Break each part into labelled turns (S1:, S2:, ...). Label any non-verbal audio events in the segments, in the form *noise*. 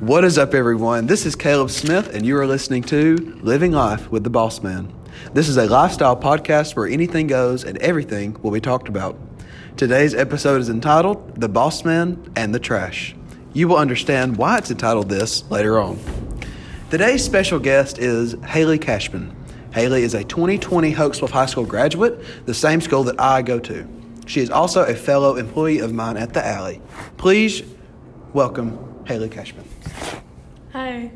S1: What is up, everyone? This is Caleb Smith, and you are listening to Living Life with the Boss Man. This is a lifestyle podcast where anything goes and everything will be talked about. Today's episode is entitled The Boss Man and the Trash. You will understand why it's entitled this later on. Today's special guest is Haley Cashman. Haley is a 2020 Hoaxville High School graduate, the same school that I go to. She is also a fellow employee of mine at the Alley. Please welcome Haley Cashman.
S2: Hi.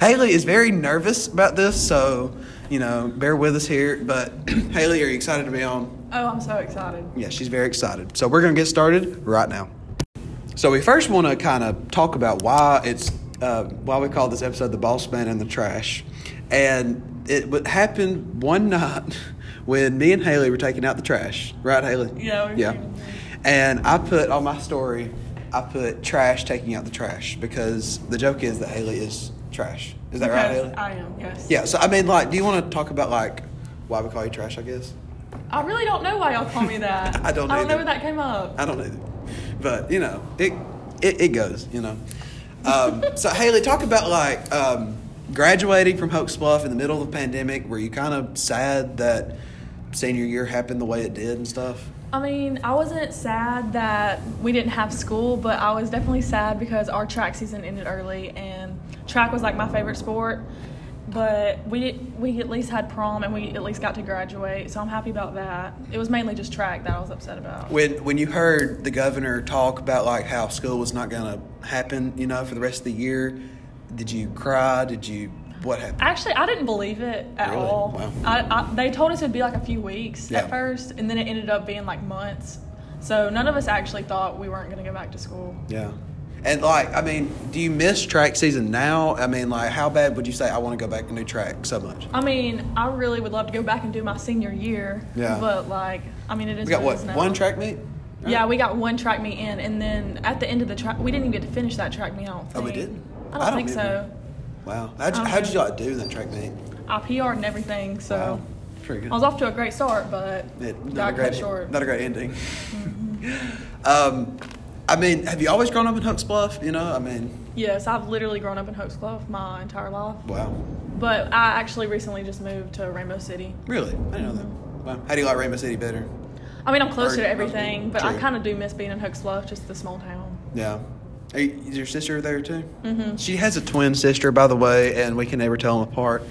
S1: Haley is very nervous about this, so you know, bear with us here. But *clears throat* Haley, are you excited to be on?
S2: Oh, I'm so excited.
S1: Yeah, she's very excited. So we're gonna get started right now. So we first want to kind of talk about why it's uh, why we call this episode "The Boss Man and the Trash," and it would happened one *laughs* night when me and Haley were taking out the trash. Right, Haley?
S2: Yeah, we were
S1: yeah.
S2: taking it.
S1: And I put on my story, I put trash taking out the trash because the joke is that Haley is trash. Is that right,
S2: Yes,
S1: Haley?
S2: I am, yes.
S1: Yeah, so I mean, like, do you want to talk about, like, why we call you trash, I guess?
S2: I really don't know why y'all call me
S1: *laughs*
S2: that.
S1: I don't either.
S2: I don't
S1: Uh,
S2: know where that came up.
S1: I don't know. But, you know, it it, it goes, you know. Um, so, Haley, talk about, like, um, graduating from Hoax Bluff in the middle of the pandemic. Were you kind of sad that senior year happened the way it did and stuff?
S2: I mean, I wasn't sad that we didn't have school, but I was definitely sad because our track season ended early, and track was like my favorite sport. But we did, we at least had prom, and we at least got to graduate, so I'm happy about that. It was mainly just track that I was upset about.
S1: When, when you heard the governor talk about, like, how school was not going to happen, you know, for the rest of the year, did you cry? Did you, what happened?
S2: Actually, I didn't believe it at
S1: Really?
S2: all.
S1: Wow.
S2: I, I, they told us it'd be like a few weeks
S1: Yeah.
S2: at first, and then it ended up being like months. So none of us actually thought we weren't going to go back to school.
S1: Yeah. And like, I mean, do you miss track season now? I mean, like, how bad would you say I want to go back and do track so much?
S2: I mean, I really would love to go back and do my senior year.
S1: Yeah.
S2: But like, I mean, it is.
S1: We got
S2: it
S1: what
S2: is now.
S1: one track meet?
S2: Yeah, we got one track meet in, and then at the end of the track, we didn't even get to finish that track meet. I don't
S1: Oh,
S2: think.
S1: we didn't.
S2: I don't, think
S1: remember.
S2: so.
S1: Wow. How'd you,
S2: I don't
S1: how'd you like do in that track meet?
S2: I PR'd and everything, so
S1: Wow. Pretty good.
S2: I was off to a great start, but
S1: It- not a
S2: got
S1: great,
S2: cut short. Mm-hmm.
S1: Not a great ending. *laughs* um, I mean, have you always grown up in Hunks Bluff? You know, I mean,
S2: yes, I've literally grown up in Hoax Club my entire life.
S1: wow.
S2: But I actually recently just moved to Rainbow City.
S1: Really? I didn't know that.
S2: Mm-hmm.
S1: Wow. How do you like Rainbow City better?
S2: I mean, I'm closer
S1: Or-
S2: to everything, but I
S1: True.
S2: kind of do miss being in Hooks Bluff, just the small town.
S1: Yeah. Are you, is your sister there too? Mm-hmm. She has a twin sister, by the way, and we can never tell them apart.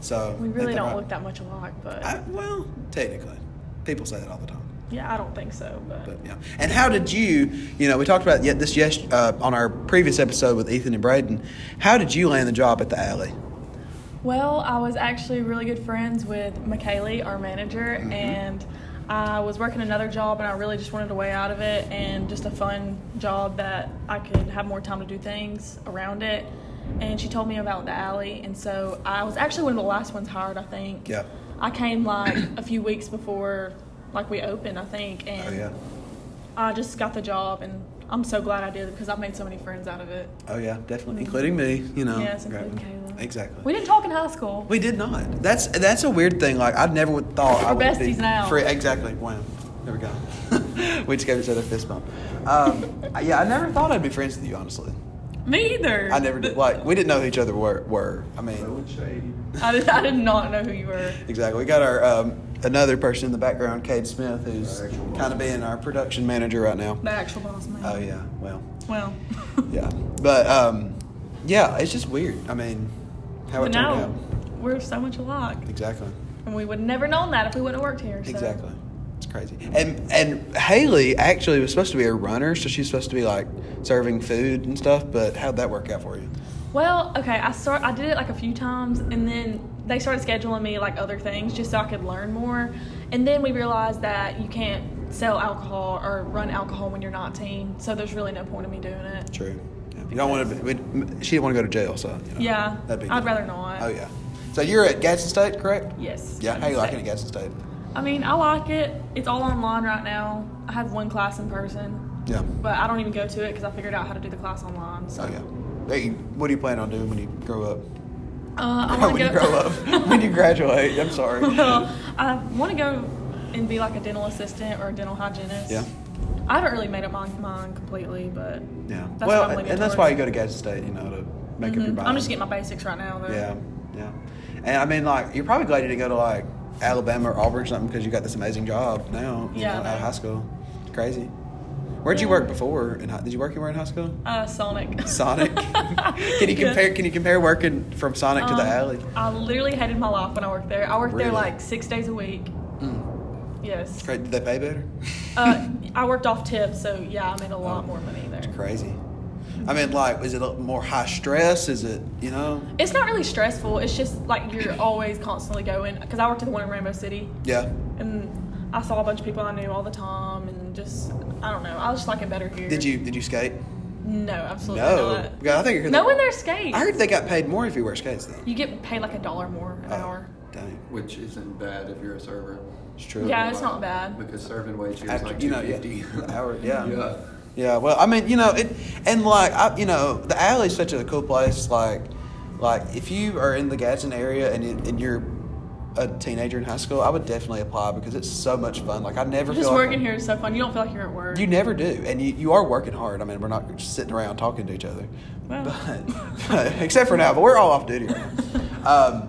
S1: So
S2: We really
S1: ain't
S2: don't
S1: right?
S2: look that much alike, but
S1: I, well, technically, people say that all the time.
S2: yeah, I don't think so. But,
S1: But yeah. And how did you? You know, we talked about yet this yes uh, on our previous episode with Ethan and Braden. How did you land the job at the alley?
S2: well, I was actually really good friends with McKaylee, our manager,
S1: Mm-hmm.
S2: and I was working another job, and I really just wanted a way out of it and just a fun job that I could have more time to do things around it. And she told me about the alley, and so I was actually one of the last ones hired, I think.
S1: Yeah.
S2: I came like a few weeks before like we opened, I think,
S1: Oh
S2: and
S1: yeah.
S2: I just got the job, and I'm so glad I did because I've made so many friends out of it.
S1: Oh yeah, definitely, including me. You know.
S2: Yes, including
S1: grabbing-
S2: Caleb.
S1: Exactly.
S2: We didn't talk in high school.
S1: We did not. That's that's a weird thing. Like I never would thought I
S2: We're
S1: would be
S2: besties now.
S1: Free. Exactly. Wow. There we go. *laughs* we just gave each other a fist bump. Um, *laughs* yeah, I never thought I'd be friends with you. Honestly,
S2: Me either.
S1: I never did. Like we didn't know who each other were. Were I mean?
S2: I did, I did not know who you were.
S1: Exactly. We got our um, another person in the background, Cade Smith, who's kind of being our production manager right now.
S2: The actual boss man.
S1: Oh yeah. Well.
S2: Well.
S1: Yeah. But um, yeah, it's just weird. I mean, how it
S2: but
S1: turned
S2: *laughs* now
S1: out.
S2: we're so much alike,
S1: Exactly.
S2: and we would have never known that if we wouldn't have worked here. So.
S1: Exactly. It's crazy. And and Haley actually was supposed to be a runner, so she's supposed to be like serving food and stuff, but how'd that work out for you?
S2: Well, okay, I start. I did it like a few times, and then they started scheduling me like other things just so I could learn more. And then we realized that you can't sell alcohol or run alcohol when you're 19, so there's really no point in me doing it.
S1: True. Yeah. You don't want to be, we- she didn't want to go to jail, so. You know,
S2: Yeah,
S1: That'd be
S2: I'd
S1: good.
S2: rather not.
S1: Oh, yeah. So you're at Gadsden State, correct?
S2: Yes.
S1: Yeah. How you liking it at
S2: again?
S1: Gadsden State?
S2: I mean, I like it. It's all online right now. I have one class in person,
S1: Yeah.
S2: but I don't even go to it because I figured out how to do the class online. So
S1: Oh, yeah. Hey, what do you plan on doing when you grow up? *laughs*
S2: uh, I want
S1: when
S2: to
S1: you
S2: go.
S1: grow
S2: *laughs*
S1: up. when you graduate. I'm sorry.
S2: well, I want to go and be like a dental assistant or a dental hygienist.
S1: Yeah.
S2: I haven't really made up my mind completely, but
S1: Yeah.
S2: That's
S1: well,
S2: what I'm
S1: and,
S2: leaning
S1: and that's why you go
S2: towards.
S1: to Gadsden State, you know, to make up your
S2: Mhm.
S1: mind.
S2: I'm just getting my basics right now. Though.
S1: Yeah, yeah. And I mean, like, you're probably glad you didn't go to like Alabama or Auburn or something because you got this amazing job now. You
S2: Yeah,
S1: know,
S2: I
S1: out of
S2: know.
S1: high school, crazy. Where'd you
S2: Yeah.
S1: work before? In high, did you work anywhere in high school?
S2: Uh, Sonic. *laughs*
S1: Sonic. *laughs* can you
S2: Yeah.
S1: compare? Can you compare working from Sonic to the
S2: Um,
S1: alley?
S2: I literally hated my life when I worked there. I worked there
S1: Really?
S2: like six days a week.
S1: Mm.
S2: Yes.
S1: Cra- Did they pay better?
S2: Uh, I worked off tips, so yeah, I made a lot
S1: Oh.
S2: more money there.
S1: Crazy. I mean, like, is it a- more high stress? Is it you know?
S2: It's not really stressful. It's just
S1: *clears throat*
S2: like you're always constantly going. Because I worked at the one in Rainbow City,
S1: Yeah.
S2: and I saw a bunch of people I knew all the time, and just I don't know. I just like it better here.
S1: Did you did you skate?
S2: No, absolutely
S1: No.
S2: not.
S1: God, I think I heard
S2: No
S1: they-
S2: one there skates.
S1: I heard they got paid more if you wear skates though.
S2: You get paid like a dollar more an
S1: Oh,
S2: hour.
S1: Dang,
S3: Which isn't bad if you're a server.
S1: it's true.
S2: Yeah, it's not bad.
S3: Because serving wage here is
S1: After-
S3: like
S1: you know,
S3: two
S1: yeah, *laughs*
S3: fifty.
S1: the
S3: *laughs*
S1: hour, yeah.
S3: yeah.
S1: Yeah, well, I mean, you know, it, and like, I, you know, the alley's such a cool place. Like, like if you are in the Gadsden area and, it, and you're a teenager in high school, I would definitely apply because it's so much fun. Like, I never
S2: Just
S1: feel
S2: working
S1: like,
S2: here is so fun. You don't feel like you're at work.
S1: You never do, and you, you are working hard. I mean, we're not just sitting around talking to each other,
S2: Well.
S1: but, but- *laughs* except for now, but we're all off duty. Right
S2: *laughs*
S1: now. Um,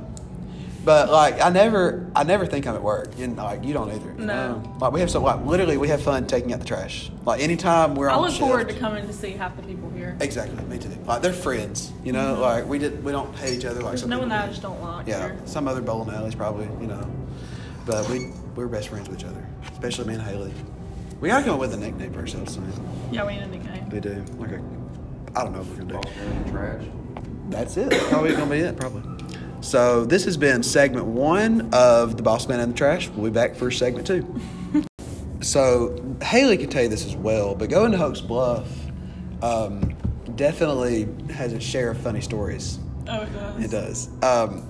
S1: but like, I never, I never think I'm at work, and like, you don't either. you
S2: No.
S1: know? Like, we have so like literally, we have fun taking out the trash. Like, anytime we're
S2: I
S1: on
S2: look forward
S1: shift-
S2: to coming to see half the people here.
S1: Exactly, me too. Like they're friends, you know. Like we did, we don't hate each other like
S2: Mm-hmm. There's
S1: some
S2: no one
S1: people
S2: that I
S1: do.
S2: just don't like
S1: Yeah,
S2: here.
S1: some other bowling alleys probably, you know. But we we're best friends with each other, especially me and Haley. We gotta come up with a nickname for ourselves. Man.
S2: Yeah, we need a nickname.
S1: We do like a, I don't know what we're gonna do.
S3: Boston trash.
S1: That's it. Probably gonna be it. Probably. So this has been segment one of the Boss Man and the Trash. We'll be back for segment two. so Haley can tell you this as well, but going to Hoax Bluff um, definitely has a share of funny stories.
S2: Oh, it does.
S1: It does. Um,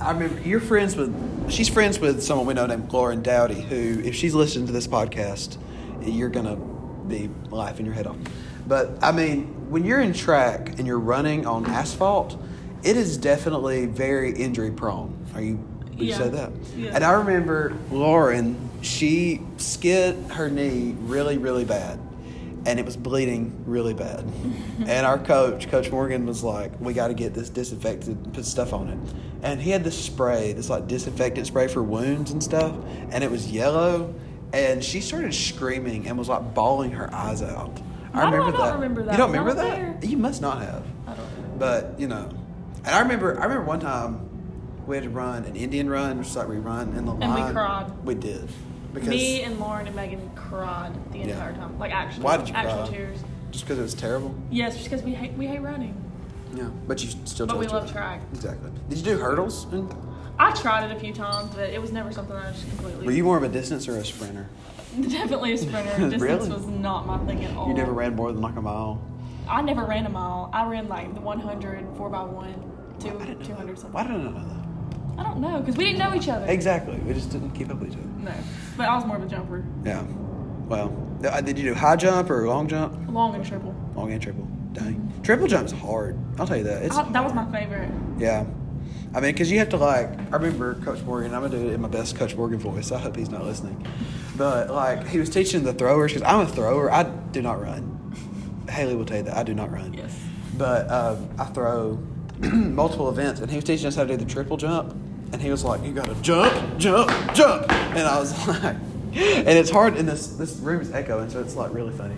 S1: I remember you're friends with. She's friends with someone we know named Lauren Dowdy, who, if she's listening to this podcast, you're gonna be laughing your head off. But I mean, when you're in track and you're running on asphalt, it is definitely very injury prone. Are you? Would you
S2: Yeah.
S1: say that?
S2: Yeah.
S1: And I remember Lauren. She skid her knee really, really bad, and it was bleeding really bad.
S2: *laughs*
S1: and our coach, Coach Morgan, was like, "We got to get this disinfected, and put stuff on it." And he had this spray, this like disinfectant spray for wounds and stuff, and it was yellow. And she started screaming and was like bawling her eyes out.
S2: Why do I not remember that?
S1: You don't
S2: When I
S1: remember
S2: was
S1: that?
S2: there?
S1: You must not have.
S2: I don't know.
S1: But you know, and I remember, I remember one time we had to run an Indian run, which is like we run in the
S2: And we
S1: line.
S2: cried.
S1: We did because
S2: Me and Lauren and Megan cried the
S1: Yeah.
S2: entire time. Like, actual,
S1: Why did you
S2: actual
S1: cry?
S2: tears.
S1: just because it was terrible.
S2: Yes, just because we hate, we hate running.
S1: Yeah, but you still.
S2: But
S1: chose
S2: we
S1: to
S2: love
S1: run.
S2: track.
S1: Exactly. Did you do hurdles? And-
S2: I tried it a few times, but it was never something I just completely.
S1: Were you more of a distance or a sprinter?
S2: *laughs* Definitely a sprinter.
S1: *laughs*
S2: Distance
S1: Really?
S2: was not my thing at all.
S1: You never ran more than like a mile.
S2: I never ran a mile. I ran like the 100, 4x1,
S1: I didn't know
S2: 2,
S1: that.
S2: 200 something.
S1: Why did I not know that?
S2: I don't know, because we didn't know each other.
S1: Exactly. We just didn't keep up with each other.
S2: No, but I was more of a jumper.
S1: Yeah. Well, th- uh, did you do high jump or long jump?
S2: Long and triple.
S1: Long and triple. Dang. Triple jump's hard. I'll tell you that. It's
S2: I, that was
S1: hard.
S2: my favorite.
S1: Yeah. I mean, because you have to like. I remember Coach Morgan. I'm gonna do it in my best Coach Morgan voice. I hope he's not listening. But like, he was teaching the throwers because I'm a thrower. I do not run. Haley will tell you that I do not run.
S2: Yes.
S1: But um, I throw *clears throat* multiple events, and he was teaching us how to do the triple jump. And he was like, "You gotta jump, jump, jump," and I was *laughs* like, "And it's hard." And this this room is echoing, so it's like really funny.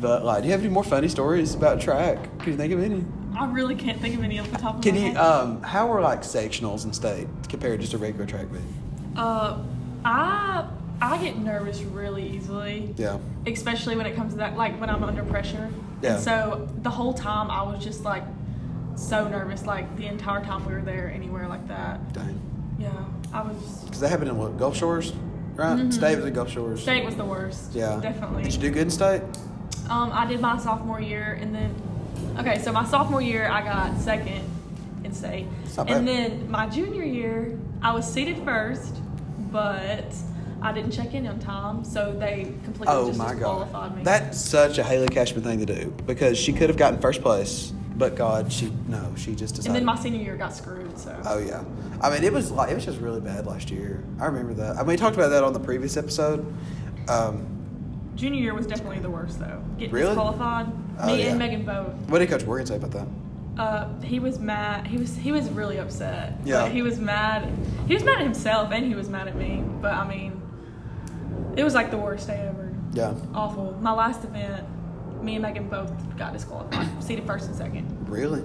S1: But like, do you have any more funny stories about track? Can you think of any?
S2: I really can't think of any off the top of
S1: Can
S2: my
S1: you,
S2: head.
S1: um, how are like sectionals and state compared to just a regular track meet?
S2: Uh, I I get nervous really easily.
S1: Yeah.
S2: Especially when it comes to that, like when I'm under pressure.
S1: Yeah.
S2: And so the whole time I was just like so nervous, like the entire time we were there, anywhere like that.
S1: Dang.
S2: Yeah, I was.
S1: Because that happened in what, Gulf Shores, right? State was in Gulf Shores.
S2: Mm-hmm. State was the worst.
S1: Yeah.
S2: Definitely.
S1: Did you do good in state?
S2: Um, I did my sophomore year, and then okay, so my sophomore year I got second in state,
S1: It's not bad.
S2: and then my junior year I was seated first, but I didn't check in on time, so they completely
S1: Oh
S2: just
S1: my
S2: disqualified
S1: God.
S2: me.
S1: That's such a Haley Cashman thing to do because she could have gotten first place, but God, she, no, she just
S2: and
S1: decided.
S2: then my senior year got screwed. So
S1: Oh yeah, I mean it was like it was just really bad last year. I remember that. I mean we talked about that on the previous episode, um,
S2: Junior year was definitely the worst though. Getting
S1: Really?
S2: disqualified.
S1: Oh,
S2: me
S1: yeah.
S2: and Megan both.
S1: What did Coach Morgan say about that?
S2: Uh, he was mad. He was he was really upset.
S1: Yeah.
S2: Like, he was mad. He was mad at himself and he was mad at me. But I mean, it was like the worst day ever.
S1: Yeah.
S2: Awful. My last event, me and Megan both
S1: *clears throat*
S2: got disqualified, seated first and second. Mm-hmm.
S1: Really?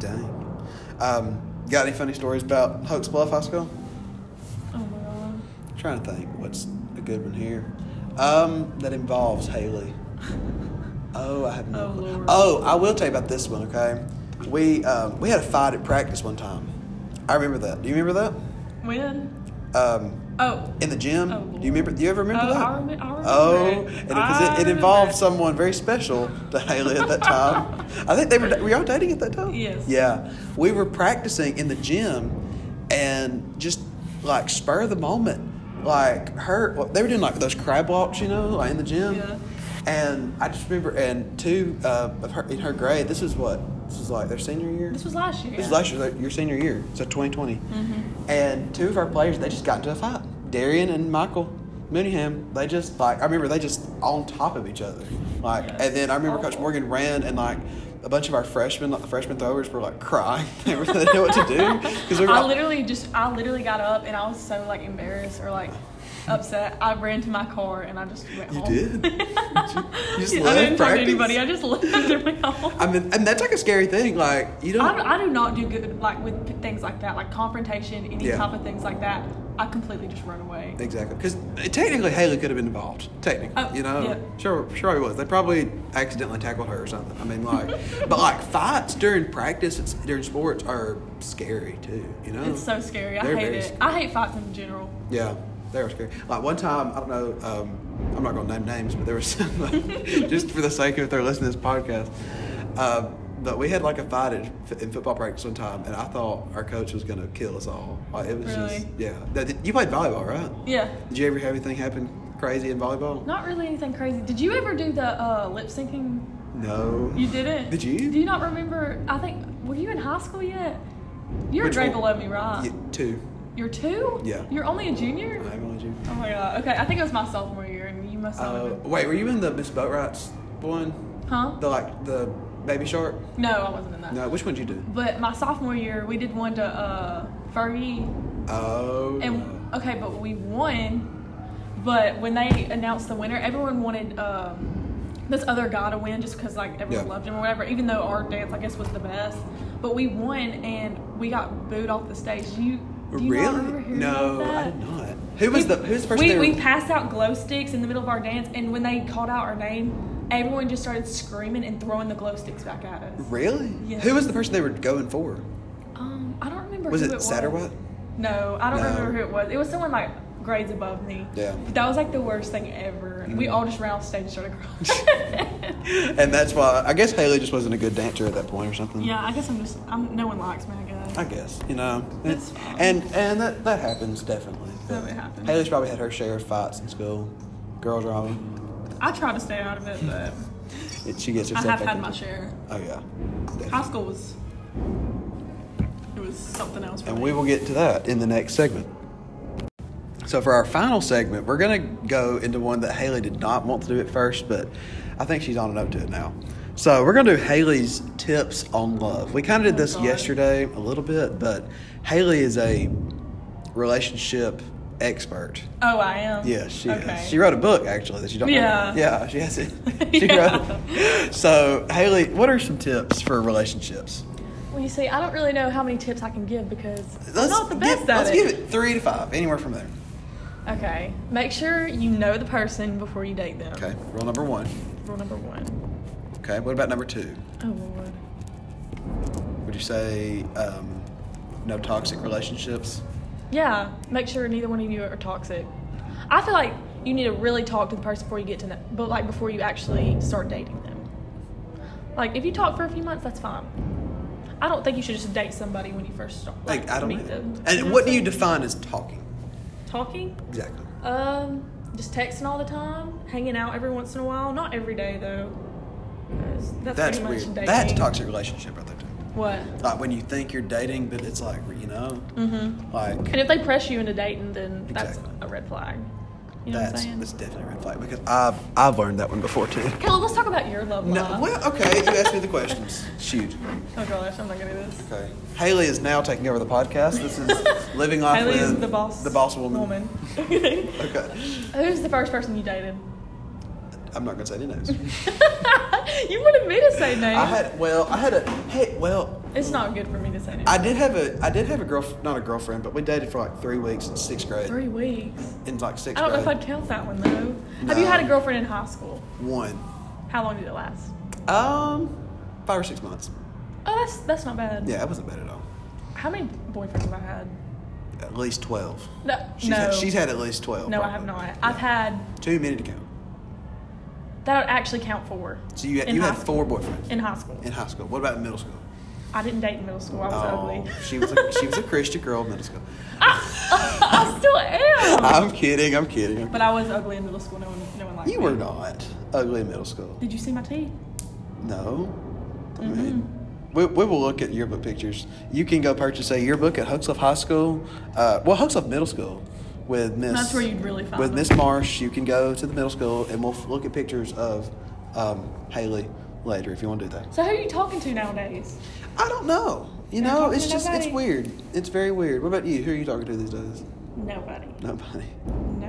S1: Dang. Um, got any funny stories about Hoax Bluff High School?
S2: Oh my god.
S1: trying to think what's a good one here. Um, that involves
S2: *laughs*
S1: Haley. Oh, I have no.
S2: Oh,
S1: clue.
S2: Lord.
S1: oh, I will tell you about this one. Okay, we um, we had a fight at practice one time. I remember that. Do you remember
S2: When?
S1: that? Um,
S2: Oh.
S1: in the gym.
S2: Oh,
S1: do you remember? Do you ever remember
S2: Oh,
S1: that?
S2: I remem- I remember
S1: oh,
S2: it.
S1: and
S2: I
S1: because it, it
S2: remember
S1: involved
S2: it.
S1: someone very special to Haley at that time. I think they were. Were y'all dating at that time?
S2: Yes.
S1: Yeah, we were practicing in the gym, and just like spur of the moment, like her. Well, they were doing like those crab walks, you know, like in the gym.
S2: Yeah.
S1: And I just remember, and two uh, of her in her grade. This is what this is like their senior year.
S2: This was last year.
S1: This is last year, like, your senior year, so 2020.
S2: Mm-hmm.
S1: And two of our players, they just got into a fight. Darian and Michael Mooneyham, they just like I remember they just on top of each other. Like,
S2: Yeah.
S1: and then I remember Coach
S2: Awful.
S1: Morgan ran and like a bunch of our freshmen, like the freshman throwers, were like crying. *laughs* they were- they didn't know what to do because we were
S2: I
S1: like,
S2: literally just I literally got up and I was so like embarrassed or like upset. I ran to my car and I just went
S1: You
S2: home.
S1: did?
S2: *laughs*
S1: You just
S2: I
S1: left
S2: didn't talk to
S1: practice?
S2: anybody. I just left and went home.
S1: I mean, and that's like a scary thing. Like you don't.
S2: I, I do not do good like with p- things like that, like confrontation, any
S1: Yeah.
S2: type of things like that. I completely just run away.
S1: Exactly, because technically Haley could have been involved. Technically,
S2: Oh,
S1: you know,
S2: yeah.
S1: sure, sure he was. They probably accidentally tackled her or something. I mean, like, but like fights during practice, it's, during sports are scary too. You know,
S2: It's so scary. I
S1: They're
S2: hate
S1: very
S2: it.
S1: sc-
S2: I hate fights in general.
S1: yeah, they were scary. Like one time, I don't know, um, I'm not gonna name names, but there was *laughs* some, like, just for the sake of if they're listening to this podcast, uh, but we had like a fight at, in football practice one time, and I thought our coach was gonna kill us all. Like it was just,
S2: Really?
S1: yeah. Now, did- You played volleyball, right?
S2: Yeah.
S1: Did you ever have anything happen crazy in volleyball?
S2: Not really anything crazy. Did you ever do the uh, lip syncing?
S1: No.
S2: You didn't.
S1: Did you?
S2: Do you not remember? I think were you in high school yet? You're
S1: Which
S2: a grade
S1: one?
S2: below me, right?
S1: Yeah, two.
S2: You're two?
S1: Yeah.
S2: You're only a junior?
S1: I haven't you.
S2: Oh my god. Okay, I think it was my sophomore year, and you must not
S1: Uh,
S2: have been.
S1: wait, were you in the Miss Boatwright's one?
S2: Huh?
S1: The like the baby shark?
S2: No, I wasn't in that.
S1: No, which one did you do?
S2: But my sophomore year, we did one to uh, Fergie,
S1: Oh.
S2: and okay, but we won. But when they announced the winner, everyone wanted um, this other guy to win just because like everyone
S1: Yeah.
S2: loved him or whatever. Even though our dance, I guess, was the best, but we won and we got booed off the stage. Do You do you not remember
S1: really?
S2: hearing
S1: no,
S2: about
S1: I
S2: that?
S1: did not. Who was
S2: we,
S1: the who's the person?
S2: we,
S1: they were-
S2: we passed out glow sticks in the middle of our dance, and when they called out our name, everyone just started screaming and throwing the glow sticks back at us.
S1: really?
S2: Yeah.
S1: Who was the person they were going for?
S2: Um, I don't remember.
S1: Was
S2: who
S1: it Satterwhite?
S2: No, I don't
S1: No.
S2: remember who it was. It was someone like grades above me.
S1: Yeah. Mm-hmm.
S2: But that was like the worst thing ever. We all just ran off stage and started
S1: *laughs*
S2: crying.
S1: And that's why I guess Haley just wasn't a good dancer at that point or something.
S2: yeah, I guess I'm just. I'm. No one likes me. I guess.
S1: I guess you know,
S2: That's fine.
S1: and and that, that happens definitely.
S2: That would happen.
S1: Haley's probably had her share of fights in school, girl drama.
S2: I try to stay out of it,
S1: *laughs*
S2: but
S1: It, she gets
S2: I
S1: herself.
S2: have
S1: back
S2: had
S1: into it.
S2: my share.
S1: Oh yeah.
S2: High school was. It was something else. For
S1: And
S2: me.
S1: we will get to that in the next segment. So for our final segment, we're going to go into one that Haley did not want to do at first, but I think she's on and up to it now. So we're going to do Haley's tips on love. We kind of did
S2: Oh,
S1: this
S2: God.
S1: yesterday a little bit, but Haley is a relationship expert.
S2: Oh, I am.
S1: Yeah, she
S2: okay.
S1: is. She wrote a book actually that you don't. know
S2: Yeah.
S1: about. Yeah, she
S2: *laughs*
S1: has it. *laughs* She
S2: Yeah.
S1: wrote. it. So Haley, what are some tips for relationships?
S2: Well, you see, I don't really know how many tips I can give because I'm
S1: Let's
S2: not the best
S1: give,
S2: at
S1: let's
S2: it.
S1: give it three to five, anywhere from there.
S2: Okay. Make sure you know the person before you date them.
S1: Okay, rule number one.
S2: Rule number one.
S1: Okay, what about number two?
S2: Oh Lord.
S1: Would you say um, no toxic relationships?
S2: Yeah. Make sure neither one of you are toxic. I feel like you need to really talk to the person before you get to know, but like before you actually start dating them. Like if you talk for a few months, that's fine. I don't think you should just date somebody when you first start. Like,
S1: Like I don't
S2: meet
S1: know.
S2: them. You know
S1: And what do
S2: I'm
S1: you
S2: saying?
S1: define as talking?
S2: Talking.
S1: Exactly.
S2: Um, just texting all the time, hanging out every once in a while. Not every day though. 'Cause That's,
S1: That's
S2: pretty
S1: weird.
S2: much dating.
S1: That's a toxic relationship right there. Too.
S2: What?
S1: Like when you think you're dating, but it's like you know, mm-hmm. like
S2: And if they press you into dating, then that's
S1: Exactly.
S2: a red flag. You know
S1: that's
S2: what I'm
S1: that's
S2: saying?
S1: definitely a red flag because I've I've learned that one before too.
S2: Caleb, let's talk about your love
S1: No,
S2: life.
S1: well, okay. You asked me the
S2: *laughs*
S1: questions. Shoot.
S2: Oh gosh, I'm not gonna do this.
S1: Okay. Haley is now taking over the podcast. This is living off
S2: Haley
S1: with
S2: is the boss.
S1: The boss woman. *laughs*
S2: Okay.
S1: Okay.
S2: *laughs* Who's the first person you dated? *laughs*
S1: I'm not gonna say any names.
S2: you wanted me to say names.
S1: I had well, I had a hey well.
S2: it's not good for me to say names.
S1: I did have a I did have a girl not a girlfriend, but we dated for like three weeks in sixth grade.
S2: Three weeks.
S1: In like sixth
S2: I don't know
S1: grade.
S2: if I'd count that one though. Have you
S1: No.
S2: had a girlfriend in high school?
S1: One.
S2: How long did it last?
S1: Um five or six months.
S2: Oh, that's that's not bad.
S1: Yeah, that wasn't bad at all.
S2: How many boyfriends have I had?
S1: At least twelve.
S2: No,
S1: She's
S2: no.
S1: had, she's had at least twelve.
S2: no, I have not.
S1: probably.
S2: I've had
S1: Too many to count.
S2: that would actually count four
S1: So you had,
S2: In
S1: you
S2: high
S1: had four boyfriends
S2: in high school.
S1: in high school. What about in middle school?
S2: I didn't date in middle school. I was ugly.
S1: Oh, she was a,
S2: *laughs*
S1: she was a Christian girl in middle school.
S2: I, I still am.
S1: I'm kidding. I'm kidding. I'm
S2: but I was ugly in middle school. No one, no one liked
S1: kidding. You
S2: me.
S1: were not ugly in middle school.
S2: Did you see my teeth?
S1: No. I mean, we, we will look at yearbook pictures. You can go purchase a yearbook at Huxley High School, uh, well, Huxley Middle School with Miss.
S2: That's where you'd really find
S1: With
S2: them.
S1: Miss Marsh, you can go to the middle school and we'll f- look at pictures of um, Haley later if you want to do that.
S2: So who are you talking to nowadays?
S1: I don't know. You
S2: Not
S1: know,
S2: talking
S1: it's
S2: to
S1: just, it's
S2: nobody.
S1: weird. It's very weird. What about you? Who are you talking to these days?
S2: Nobody.
S1: Nobody.
S2: No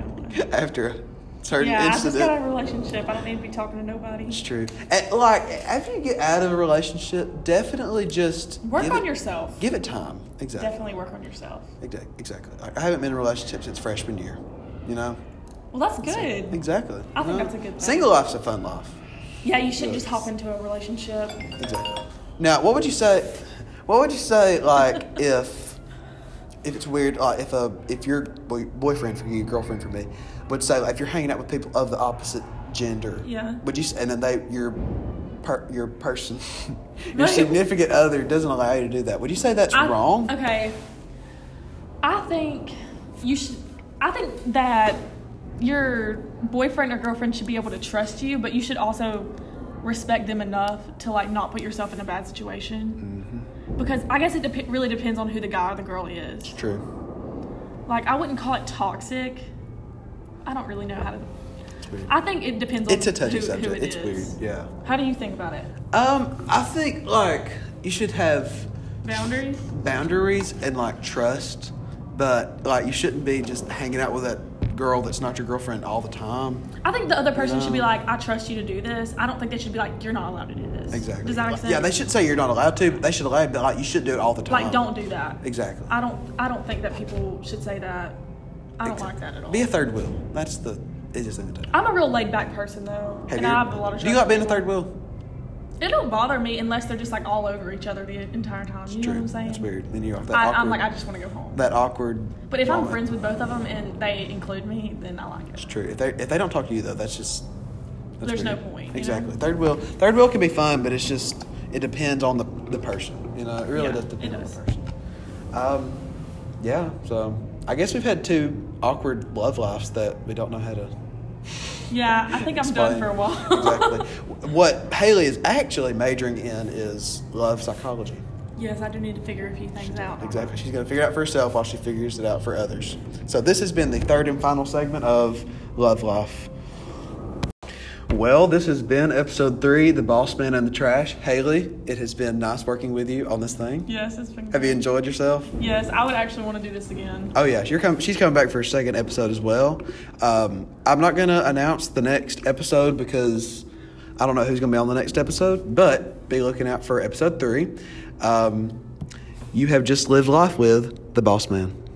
S1: *laughs*
S2: one.
S1: After a certain
S2: Yeah, I
S1: incident.
S2: just got out of a relationship. I don't need to be talking to nobody.
S1: It's true. And, like after you get out of a relationship, definitely just
S2: Work
S1: give
S2: on
S1: it-
S2: yourself.
S1: Give it time. Exactly.
S2: Definitely work on yourself.
S1: Exactly. Exactly. Like, I haven't been in a relationship since freshman year. You know.
S2: Well, that's good.
S1: Exactly.
S2: I think
S1: You know?
S2: that's a good thing.
S1: Single life's a fun life.
S2: Yeah, you should just hop into a relationship.
S1: Exactly. Now, what would you say? What would you say like
S2: *laughs*
S1: if if it's weird? Like if a if your boy, boyfriend for you, girlfriend for me, would say like, if you're hanging out with people of the opposite gender.
S2: Yeah.
S1: Would you s- and then they your per, your person *laughs* your
S2: Right.
S1: significant other doesn't allow you to do that? Would you say that's
S2: I-
S1: wrong?
S2: Okay. I think you should. I think that your boyfriend or girlfriend should be able to trust you, but you should also respect them enough to like not put yourself in a bad situation.
S1: Mm-hmm.
S2: Because I guess it dep- really depends on who the guy or the girl is.
S1: True.
S2: Like I wouldn't call it toxic. I don't really know how to.
S1: It's weird.
S2: I think it depends.
S1: It's
S2: on
S1: a touchy
S2: who,
S1: subject.
S2: Who it
S1: it's
S2: is.
S1: weird. Yeah.
S2: How do you think about it?
S1: Um, I think like you should have
S2: Boundaries.
S1: boundaries and like trust, but like you shouldn't be just hanging out with that girl that's not your girlfriend all the time.
S2: I think the other person should be
S1: No.
S2: like, I trust you to do this. I don't think they should be like, you're not allowed to do this.
S1: Exactly.
S2: Does that make
S1: Like,
S2: sense?
S1: Yeah, they should say you're not allowed to, but they should allow you, but like you should do it all the time.
S2: Like, don't do that.
S1: Exactly.
S2: I don't. I don't think that people should say that. I don't
S1: Exactly.
S2: like that at all.
S1: Be a third wheel. That's the easiest thing to do.
S2: I'm a real laid back person though,
S1: Have
S2: and
S1: you-
S2: I have a lot of.
S1: Do you like
S2: trust
S1: being a
S2: people.
S1: third wheel?
S2: It don't bother me unless they're just like all over each other the entire time. you know what I'm saying?
S1: That's weird. Then you're like that
S2: I,
S1: awkward.
S2: I'm like, I just want to go home.
S1: that awkward.
S2: but if I'm
S1: moment.
S2: friends with both of them and they include me, then I like it.
S1: It's true. If they if they don't talk to you though, that's just that's
S2: There's no
S1: weird.
S2: point, you know?
S1: Exactly. Third wheel third wheel can be fun, but it's just it depends on the the person. You know, it really
S2: Yeah,
S1: does
S2: it
S1: depend on
S2: does.
S1: the person. Um, yeah. So I guess we've had two awkward love lives that we don't know how to.
S2: Yeah, I think I'm done
S1: explain.
S2: for a while. *laughs*
S1: exactly. What Haley is actually majoring in is love psychology.
S2: yes, I do need to figure a few things out.
S1: Exactly. She's going to figure it out for herself while she figures it out for others. So this has been the third and final segment of Love Life. Well, this has been episode three, The Boss Man and the Trash. Haley, it has been nice working with you on this thing.
S2: Yes, it's been.
S1: Have you enjoyed yourself?
S2: Yes, I would actually want to do this again.
S1: Oh yeah, you're com- she's coming back for a second episode as well. Um, I'm not gonna announce the next episode because I don't know who's gonna be on the next episode, but be looking out for episode three. Um, you have just lived life with the boss man.